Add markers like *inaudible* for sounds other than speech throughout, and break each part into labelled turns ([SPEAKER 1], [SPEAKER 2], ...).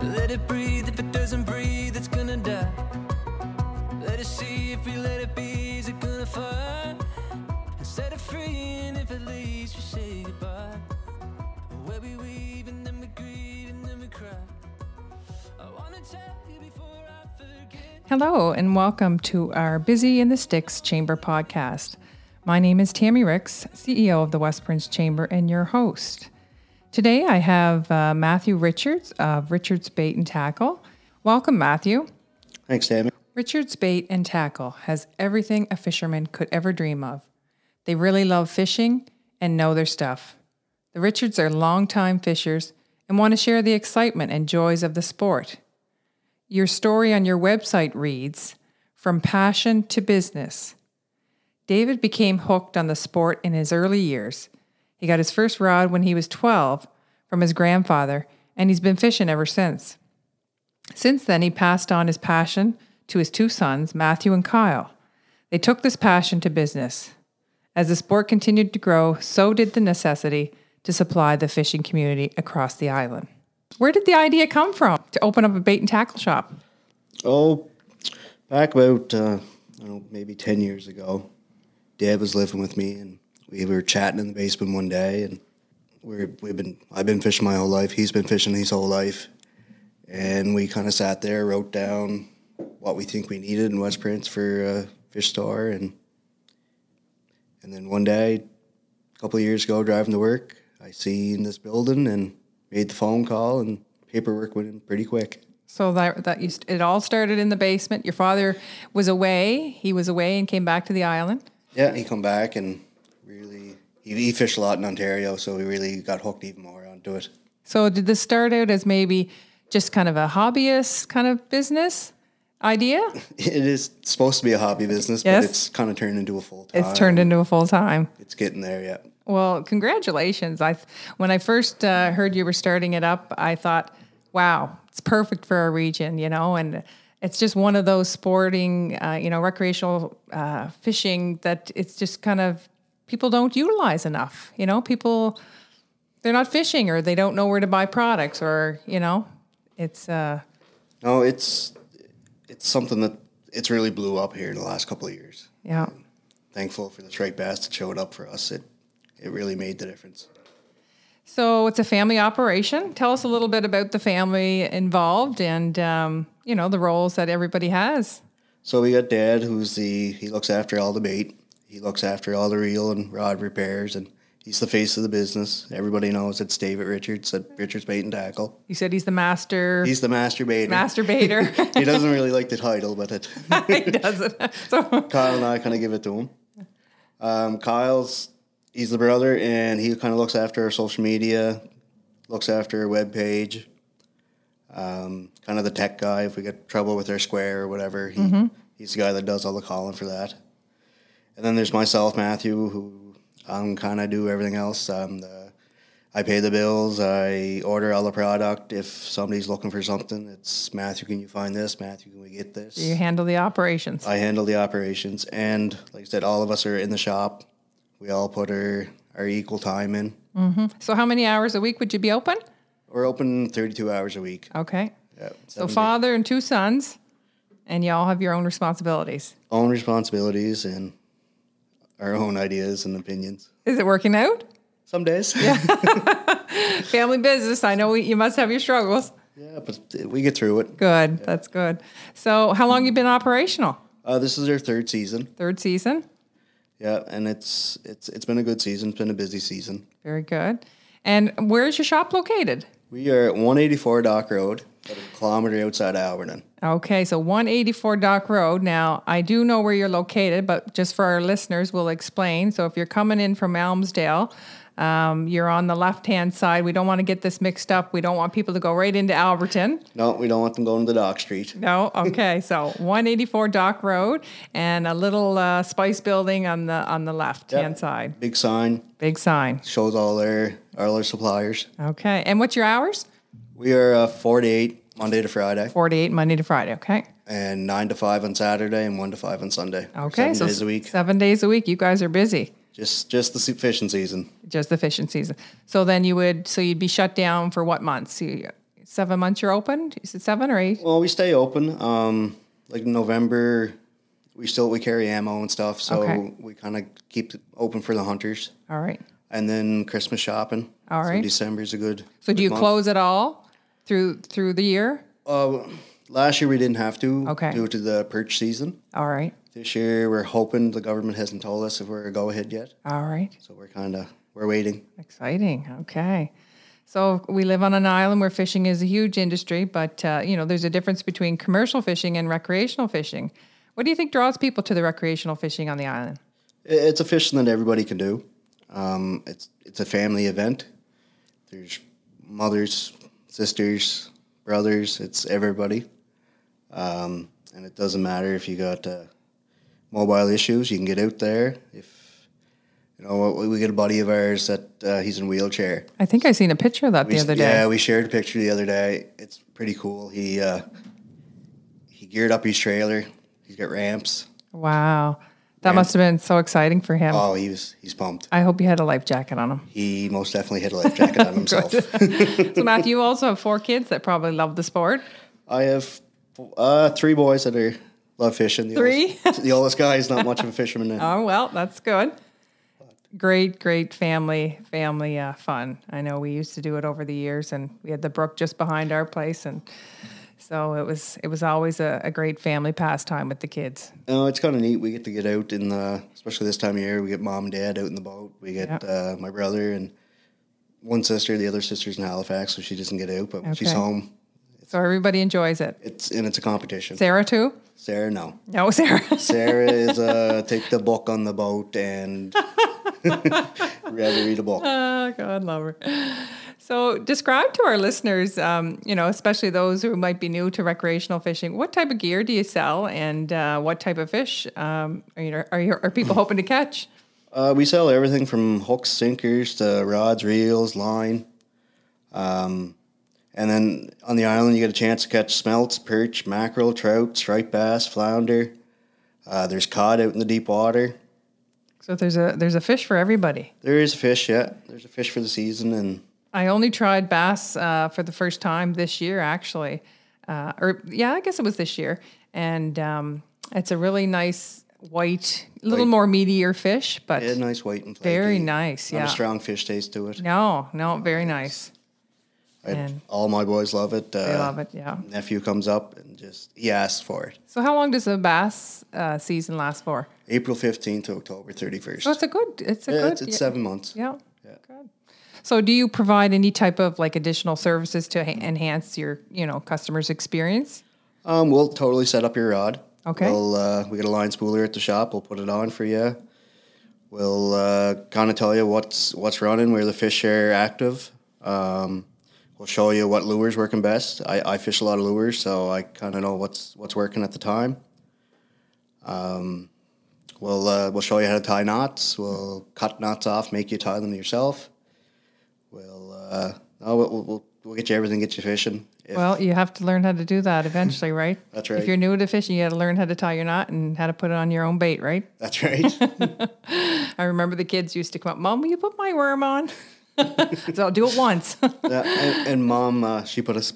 [SPEAKER 1] Let it breathe, if it doesn't breathe, it's gonna die. Let it see, if we let it be, is it gonna fly? And set it free, and if it leaves, we say goodbye. Where we weave, and then we grieve, and then we cry. I wanna tell you before I forget.
[SPEAKER 2] Hello, and welcome to our Busy in the Sticks Chamber podcast. My name is Tammy Ricks, CEO of the West Prince Chamber, and your host. Today I have uh, Matthew Richards of Richards Bait and Tackle. Welcome, Matthew.
[SPEAKER 3] Thanks, Tammy.
[SPEAKER 2] Richards Bait and Tackle has everything a fisherman could ever dream of. They really love fishing and know their stuff. The Richards are longtime fishers and want to share the excitement and joys of the sport. Your story on your website reads From Passion to Business. David became hooked on the sport in his early years. He got his first rod when he was 12 from his grandfather, and he's been fishing ever since. Since then, he passed on his passion to his two sons, Matthew and Kyle. They took this passion to business. As the sport continued to grow, so did the necessity to supply the fishing community across the island. Where did the idea come from to open up a bait and tackle shop?
[SPEAKER 3] Oh, back about uh, I don't know, maybe ten years ago, Dad was living with me, and we were chatting in the basement one day, and we're, we've been I've been fishing my whole life. He's been fishing his whole life, and we kind of sat there, wrote down what we think we needed in West Prince for a fish store, and and then one day, a couple of years ago, driving to work, I seen this building and made the phone call, and paperwork went in pretty quick.
[SPEAKER 2] So that that you, it all started in the basement. Your father was away. He was away and came back to the island.
[SPEAKER 3] Yeah, he come back and really he, he fished a lot in Ontario, so he really got hooked even more onto it. *laughs*
[SPEAKER 2] So did this start out as maybe just kind of a hobbyist kind of business idea?
[SPEAKER 3] It is supposed to be a hobby business,
[SPEAKER 2] Yes.
[SPEAKER 3] but it's kind of turned into a full time.
[SPEAKER 2] It's turned into a full time.
[SPEAKER 3] It's getting there, yeah.
[SPEAKER 2] Well, congratulations. I th- when I first uh, heard you were starting it up, I thought, wow, it's perfect for our region, you know, and it's just one of those sporting, uh, you know, recreational uh, fishing that it's just kind of people don't utilize enough. You know, people they're not fishing or they don't know where to buy products or you know, it's uh,
[SPEAKER 3] No, it's it's something that it's really blew up here in the last couple of years.
[SPEAKER 2] yeah.
[SPEAKER 3] Thankful for the striped bass that showed up for us. It it really made the difference.
[SPEAKER 2] So it's a family operation. Tell us a little bit about the family involved and um, you know the roles that everybody has.
[SPEAKER 3] So we got Dad, who's the he looks after all the bait. He looks after all the reel and rod repairs, and he's the face of the business. Everybody knows it's David Richards at Richards Bait and Tackle.
[SPEAKER 2] You said he's the master
[SPEAKER 3] He's the masturbator.
[SPEAKER 2] *laughs*
[SPEAKER 3] *laughs*
[SPEAKER 2] masturbator. *laughs*
[SPEAKER 3] he doesn't really like the title, but it,
[SPEAKER 2] he doesn't. *laughs* So
[SPEAKER 3] Kyle and I kind of give it to him. Um, Kyle's he's the brother, and he kind of looks after our social media, looks after our web page. Um, kind of the tech guy. If we get trouble with our square or whatever, he, he's the guy that does all the calling for that. And then there's myself, Matthew, who I'm kind of do everything else. i the I pay the bills. I order all the product. If somebody's looking for something, it's Matthew. Can you find this? Matthew, can we get this?
[SPEAKER 2] you handle the operations.
[SPEAKER 3] I handle the operations, and like I said, all of us are in the shop. We all put our, our equal time in.
[SPEAKER 2] So how many hours a week would you be open?
[SPEAKER 3] We're open 32 hours a week.
[SPEAKER 2] Okay.
[SPEAKER 3] Yeah,
[SPEAKER 2] So
[SPEAKER 3] seven days.
[SPEAKER 2] father and two sons, and y'all have your own responsibilities.
[SPEAKER 3] own responsibilities and our own ideas and opinions.
[SPEAKER 2] Is it working out?
[SPEAKER 3] Some days, *laughs* yeah,
[SPEAKER 2] Family business. I know you must have your struggles.
[SPEAKER 3] but we get through it.
[SPEAKER 2] Good. That's good. So how long you been operational?
[SPEAKER 3] Uh, this is our third season.
[SPEAKER 2] Third season.
[SPEAKER 3] Yeah, and it's it's it's been a good season. It's been a busy season.
[SPEAKER 2] Very good. And where is your shop located?
[SPEAKER 3] We are at 184 Dock Road, about a kilometer outside of Alberton.
[SPEAKER 2] Okay, so 184 Dock Road. Now, I do know where you're located, but just for our listeners, we'll explain. So, if you're coming in from Elmsdale, um, you're on the left hand side. We don't want to get this mixed up. We don't want people to go right into Alberton.
[SPEAKER 3] No, we don't want them going to Dock Street.
[SPEAKER 2] No, okay. so 184 Dock Road and a little uh, spice building on the on the left hand side.
[SPEAKER 3] Big sign
[SPEAKER 2] Big sign.
[SPEAKER 3] shows all our all our suppliers.
[SPEAKER 2] Okay, and what's your hours?
[SPEAKER 3] We are uh, four to eight Monday to Friday,
[SPEAKER 2] 48 Monday to Friday. Okay.
[SPEAKER 3] and nine to five on Saturday, and one to five on Sunday.
[SPEAKER 2] Okay,
[SPEAKER 3] seven days a week.
[SPEAKER 2] Seven days a week. You guys are busy.
[SPEAKER 3] Just just the se- fishing season.
[SPEAKER 2] just the fishing season. So then you would, so you'd be shut down for what months? You- seven months you're open? Is it seven or eight?
[SPEAKER 3] Well, we stay open. Um, like November, we still we carry ammo and stuff, so
[SPEAKER 2] Okay.
[SPEAKER 3] we kind of keep it open for the hunters.
[SPEAKER 2] All right.
[SPEAKER 3] And then Christmas shopping.
[SPEAKER 2] All
[SPEAKER 3] so
[SPEAKER 2] right.
[SPEAKER 3] December is a good.
[SPEAKER 2] So do
[SPEAKER 3] good
[SPEAKER 2] you
[SPEAKER 3] month.
[SPEAKER 2] close at all through through the year?
[SPEAKER 3] Uh, last year we didn't have to.
[SPEAKER 2] Okay.
[SPEAKER 3] Due to the perch season.
[SPEAKER 2] All right.
[SPEAKER 3] This year we're hoping the government hasn't told us if we're a go ahead yet,
[SPEAKER 2] All right.
[SPEAKER 3] so we're kind of we're waiting.
[SPEAKER 2] Exciting. Okay. So we live on an island where fishing is a huge industry, but uh, you know there's a difference between commercial fishing and recreational fishing. What do you think draws people to the recreational fishing on the island?
[SPEAKER 3] I- It's a fishing that everybody can do. Um, it's it's a family event. There's mothers, sisters, brothers. It's everybody, um, and it doesn't matter if you got uh, mobile issues. You can get out there. If you know, we we get a buddy of ours that uh, he's in wheelchair.
[SPEAKER 2] I think I seen a picture of that
[SPEAKER 3] We-
[SPEAKER 2] the other day.
[SPEAKER 3] Yeah, we shared a picture the other day. It's pretty cool. He uh, he geared up his trailer. He's got ramps.
[SPEAKER 2] Wow. That must have been so exciting for him.
[SPEAKER 3] Oh, he was he's pumped.
[SPEAKER 2] I hope you had a life jacket on him.
[SPEAKER 3] He most definitely had a life jacket
[SPEAKER 2] *laughs*
[SPEAKER 3] on himself.
[SPEAKER 2] So, Matthew, you also have four kids that probably love the sport.
[SPEAKER 3] *laughs* I have uh, three boys that are love fishing. The
[SPEAKER 2] Three?
[SPEAKER 3] Oldest, *laughs* the oldest guy is not much of
[SPEAKER 2] *laughs*
[SPEAKER 3] a fisherman. Now.
[SPEAKER 2] Oh, well, that's good. Great, great family, family uh, fun. I know we used to do it over the years, and we had the brook just behind our place, and so it was it was always a, a great family pastime with the kids.
[SPEAKER 3] No, it's kind of neat. We get to get out in the, especially this time of year. We get mom and dad out in the boat. We get
[SPEAKER 2] Yeah.
[SPEAKER 3] uh, my brother and one sister. The other sister's in Halifax, so she doesn't get out, but when she's
[SPEAKER 2] Okay.
[SPEAKER 3] home.
[SPEAKER 2] So everybody enjoys it.
[SPEAKER 3] It's and it's a competition.
[SPEAKER 2] Sarah too?
[SPEAKER 3] Sarah, no.
[SPEAKER 2] No, *laughs* Sarah.
[SPEAKER 3] Sarah is uh, take the book on the boat
[SPEAKER 2] *laughs*
[SPEAKER 3] and *laughs* rather read a book.
[SPEAKER 2] Oh, God love her. So, describe to our listeners, um, you know, especially those who might be new to recreational fishing, what type of gear do you sell, and uh, what type of fish um, are, you, are you, are people hoping to catch?
[SPEAKER 3] Uh, we sell everything from hooks, sinkers to rods, reels, line. Um, and then on the island, you get a chance to catch smelts, perch, mackerel, trout, striped bass, flounder. Uh, there's cod out in the deep water.
[SPEAKER 2] So there's a there's a fish for everybody.
[SPEAKER 3] There is fish, yeah. There's a fish for the season, and
[SPEAKER 2] I only tried bass uh, for the first time this year, actually, uh, or yeah, I guess it was this year, and um, it's a really nice white, little
[SPEAKER 3] White.
[SPEAKER 2] more meatier fish, but
[SPEAKER 3] yeah, nice white and flaky.
[SPEAKER 2] Very nice,
[SPEAKER 3] Not
[SPEAKER 2] yeah.
[SPEAKER 3] a strong fish taste to it.
[SPEAKER 2] no, no, very nice.
[SPEAKER 3] I-
[SPEAKER 2] man.
[SPEAKER 3] all my boys love it. Uh,
[SPEAKER 2] I love it. Yeah.
[SPEAKER 3] Nephew comes up and just he asks for it.
[SPEAKER 2] So how long does the bass uh, season last for?
[SPEAKER 3] April fifteenth to October thirty first.
[SPEAKER 2] So it's a good. It's a good.
[SPEAKER 3] it's, it's seven months.
[SPEAKER 2] yeah. yeah. Good. So do you provide any type of like additional services to ha- enhance your you know customers' experience?
[SPEAKER 3] Um, we'll totally set up your rod.
[SPEAKER 2] Okay.
[SPEAKER 3] We'll, uh, we got a line spooler at the shop. We'll put it on for you. We'll uh, kind of tell you what's what's running, where the fish are active. Um, we'll show you what lures working best. I, I fish a lot of lures, so I kind of know what's what's working at the time. Um, we'll uh, we'll show you how to tie knots. We'll cut knots off, make you tie them yourself. We'll uh, no, we'll, we'll we'll get you everything, get you fishing. If-
[SPEAKER 2] Well, you have to learn how to do that eventually, right?
[SPEAKER 3] *laughs* That's
[SPEAKER 2] If
[SPEAKER 3] right.
[SPEAKER 2] you're new to fishing, you got to learn how to tie your knot and how to put it on your own bait, right?
[SPEAKER 3] that's *laughs* right.
[SPEAKER 2] I remember the kids used to come up, "Mom, will you put my worm on?" *laughs* so I'll do it once. *laughs*
[SPEAKER 3] Yeah, and, and mom, uh, she put a s-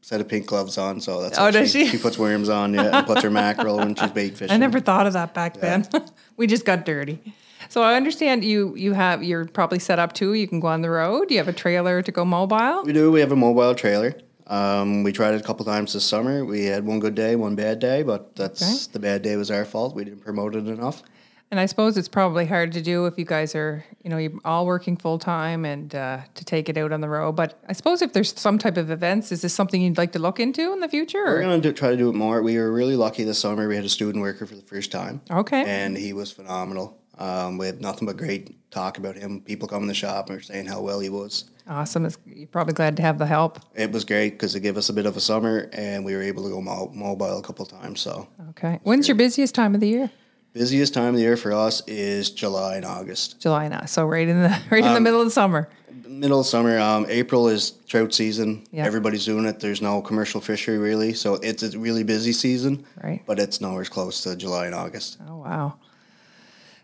[SPEAKER 3] set of pink gloves on, so that's
[SPEAKER 2] Oh,
[SPEAKER 3] how
[SPEAKER 2] does she?
[SPEAKER 3] she puts worms on, yeah, and puts her mackerel when she's bait
[SPEAKER 2] *laughs*
[SPEAKER 3] fishing.
[SPEAKER 2] I never thought of that back then. *laughs* we just got dirty. So I understand you you have you're probably set up too. You can go on the road. You have a trailer to go mobile.
[SPEAKER 3] We do. We have a mobile trailer. Um, we tried it a couple times this summer. We had one good day, one bad day, but that's
[SPEAKER 2] Okay.
[SPEAKER 3] the bad day was our fault. We didn't promote it enough.
[SPEAKER 2] And I suppose it's probably hard to do if you guys are you know you're all working full time and uh, to take it out on the road. But I suppose if there's some type of events, is this something you'd like to look into in the future?
[SPEAKER 3] We're
[SPEAKER 2] or-
[SPEAKER 3] gonna do, try to do it more. We were really lucky this summer. We had a student worker for the first time.
[SPEAKER 2] Okay.
[SPEAKER 3] and he was phenomenal. Um, we had nothing but great talk about him. People come in the shop and are saying how well he was.
[SPEAKER 2] Awesome. It's, you're probably glad to have the help.
[SPEAKER 3] It was great because it gave us a bit of a summer, and we were able to go mo- mobile a couple times. So
[SPEAKER 2] Okay. When's your busiest time of the year?
[SPEAKER 3] busiest time of the year for us is July and August.
[SPEAKER 2] July now. So right in the *laughs* right in the middle of the summer.
[SPEAKER 3] Middle of summer, um, April is trout season.
[SPEAKER 2] Yeah.
[SPEAKER 3] Everybody's doing it. There's no commercial fishery really, so it's a really busy season.
[SPEAKER 2] Right.
[SPEAKER 3] But it's nowhere close to July and August.
[SPEAKER 2] Oh wow.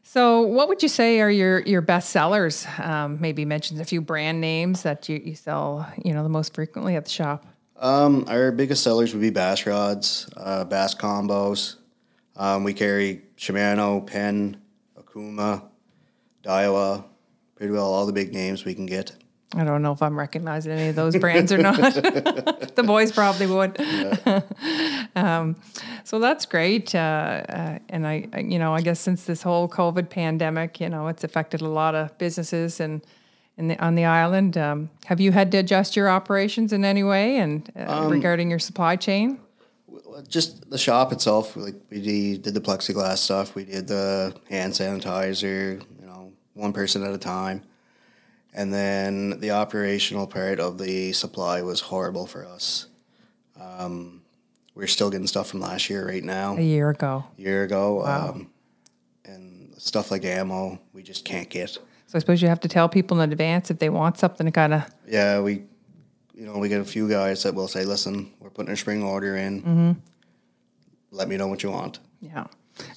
[SPEAKER 2] So what would you say are your your best sellers? Um, maybe mention a few brand names that you, you sell, you know, the most frequently at the shop.
[SPEAKER 3] Um, our biggest sellers would be bass rods, uh, bass combos. Um, we carry Shimano, Penn, Akuma, Daiwa, pretty well all the big names we can get.
[SPEAKER 2] I don't know if I'm recognizing any of those brands or not. *laughs* the boys probably would. *laughs* um, so that's great. Uh, uh, and I, I- you know, I guess since this whole COVID pandemic, you know, it's affected a lot of businesses and in the, on the island. Um, have you had to adjust your operations in any way and uh, regarding your supply chain?
[SPEAKER 3] Just the shop itself, like we de- did the plexiglass stuff, we did the hand sanitizer, you know, one person at a time. And then the operational part of the supply was horrible for us. Um, we're still getting stuff from last year right now.
[SPEAKER 2] A year ago.
[SPEAKER 3] year ago. Um, and stuff like ammo, we just can't get.
[SPEAKER 2] So I suppose you have to tell people in advance if they want something to kind of
[SPEAKER 3] Yeah, we, you know, we get a few guys that will say, listen, we're putting a spring order in. Let me know what you want.
[SPEAKER 2] Yeah.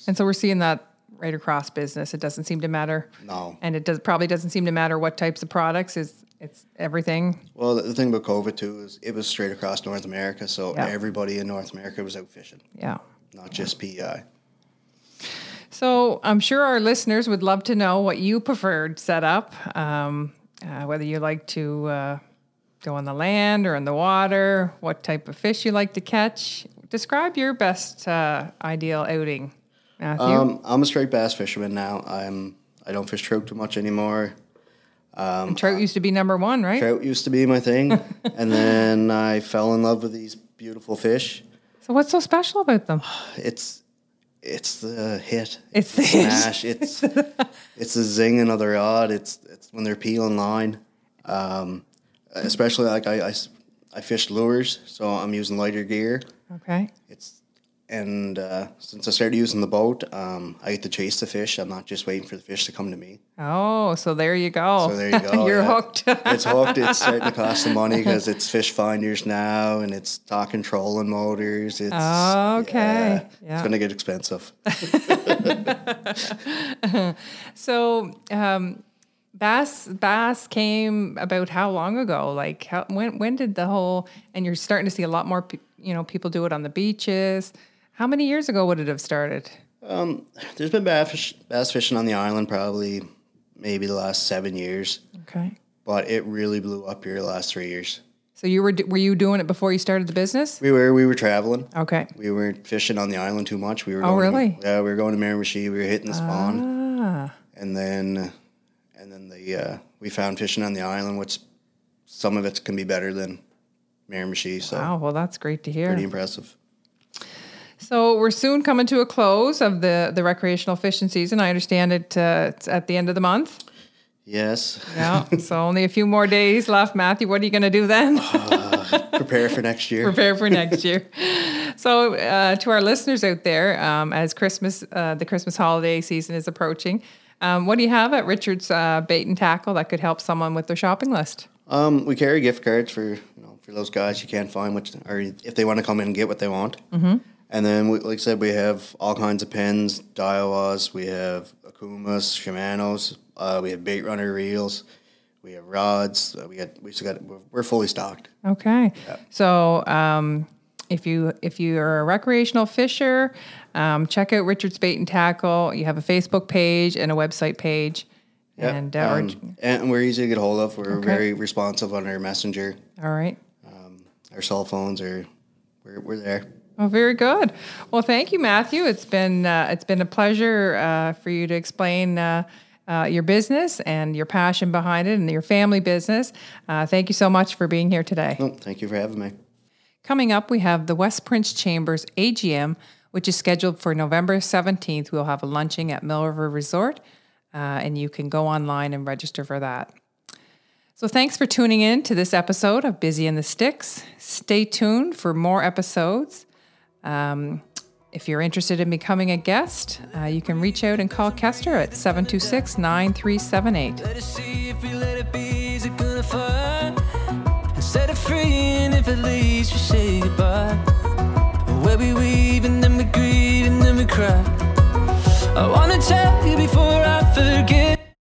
[SPEAKER 2] And so we're seeing that right across business. It doesn't seem to matter.
[SPEAKER 3] No.
[SPEAKER 2] And it does probably doesn't seem to matter what types of products is it's everything.
[SPEAKER 3] Well, the, the thing about COVID too is it was straight across North America. So
[SPEAKER 2] Yeah.
[SPEAKER 3] everybody in North America was out fishing,
[SPEAKER 2] Yeah.
[SPEAKER 3] not just E PEI.
[SPEAKER 2] So I'm sure our listeners would love to know what you preferred setup, um, uh, whether you like to uh, go on the land or in the water, what type of fish you like to catch. Describe your best uh, ideal outing, Matthew.
[SPEAKER 3] Um, I'm a straight bass fisherman now. I'm, I don't fish trout too much anymore.
[SPEAKER 2] Trout used to be number one, right?
[SPEAKER 3] Trout used to be
[SPEAKER 2] *laughs*
[SPEAKER 3] my thing. and then I fell in love with these beautiful fish.
[SPEAKER 2] So what's so special about them?
[SPEAKER 3] it's it's the hit.
[SPEAKER 2] It's the hit. *laughs*
[SPEAKER 3] smash. It's it's the zing and other odd. It's it's when they're peeling line. Um, especially like I, I s- I fish lures, so I'm using lighter gear.
[SPEAKER 2] Okay.
[SPEAKER 3] It's and uh, since I started using the boat, um, I get to chase the fish. I'm not just waiting for the fish to come to me.
[SPEAKER 2] Oh, so there you go.
[SPEAKER 3] So there
[SPEAKER 2] *laughs*
[SPEAKER 3] you go.
[SPEAKER 2] Oh, You're
[SPEAKER 3] yeah.
[SPEAKER 2] hooked.
[SPEAKER 3] it's hooked. It's starting to cost some money because it's fish finders now, and it's talking trolling motors. It's
[SPEAKER 2] Oh,
[SPEAKER 3] uh,
[SPEAKER 2] Okay, yeah.
[SPEAKER 3] It's gonna get expensive.
[SPEAKER 2] so, um, bass bass came about how long ago? Like how when when did the whole and you're starting to see a lot more pe- you know people do it on the beaches. How many years ago would it have started?
[SPEAKER 3] There's been bass, fish, bass fishing on the island probably maybe the last seven years,
[SPEAKER 2] Okay.
[SPEAKER 3] but it really blew up here the last three years.
[SPEAKER 2] So you were d- were you doing it before you started the business?
[SPEAKER 3] We were we were traveling.
[SPEAKER 2] Okay.
[SPEAKER 3] We weren't fishing on the island too much. We were
[SPEAKER 2] Oh,
[SPEAKER 3] going to-
[SPEAKER 2] really? Ah.
[SPEAKER 3] yeah, we were going to Miramichi. We were hitting the spawn, and then and then the uh, we found fishing on the island, which some of it can be better than Miramichi. So
[SPEAKER 2] Oh well, that's great to hear.
[SPEAKER 3] pretty impressive.
[SPEAKER 2] So we're soon coming to a close of the the recreational fishing season. I understand it uh, it's at the end of the month.
[SPEAKER 3] Yes, *laughs*
[SPEAKER 2] Yeah. so only a few more days left, Matthew. What are you going to do then? *laughs*
[SPEAKER 3] prepare for next year.
[SPEAKER 2] prepare for next year. So, uh, to our listeners out there, um, as Christmas, uh, the Christmas holiday season is approaching, um, what do you have at Richard's uh, bait and tackle that could help someone with their shopping list?
[SPEAKER 3] Um, we carry gift cards for you know for those guys you can't find, which or if they want to come in and get what they want. Mm-hmm. And then, we, like I said, we have all kinds of pens, Daiwas, we have Akumas, Shimano's, uh, we have bait runner reels, we have rods. Uh, we got we still got we're, we're fully stocked.
[SPEAKER 2] Okay. So, um, if you if you are a recreational fisher, um, check out Richard's Bait and Tackle. You have a Facebook page and a website page,
[SPEAKER 3] Yep.
[SPEAKER 2] and uh, or-
[SPEAKER 3] Um, and we're easy to get hold of. We're very responsive on our messenger,
[SPEAKER 2] all right.
[SPEAKER 3] our cell phones, or we're we're there.
[SPEAKER 2] Oh, very good. Well, thank you, Matthew. It's been uh, it's been a pleasure uh, for you to explain uh, uh, your business and your passion behind it and your family business. Uh, thank you so much for being here today.
[SPEAKER 3] Oh, thank you for having me.
[SPEAKER 2] Coming up, we have the West Prince Chambers AGM, which is scheduled for November 17th. We'll have a lunching at Mill River Resort, uh, and you can go online and register for that. So, thanks for tuning in to this episode of Busy in the Sticks. Stay tuned for more episodes. Um, if you're interested in becoming a guest, uh, you can reach out and call Kester at 726 9378.
[SPEAKER 1] Let us see if we let it be. Is it gonna fly? And set it free, and if it leaves, we say goodbye. Where we weave, and then we grieve, and then we cry. I wanna tell you before I forget.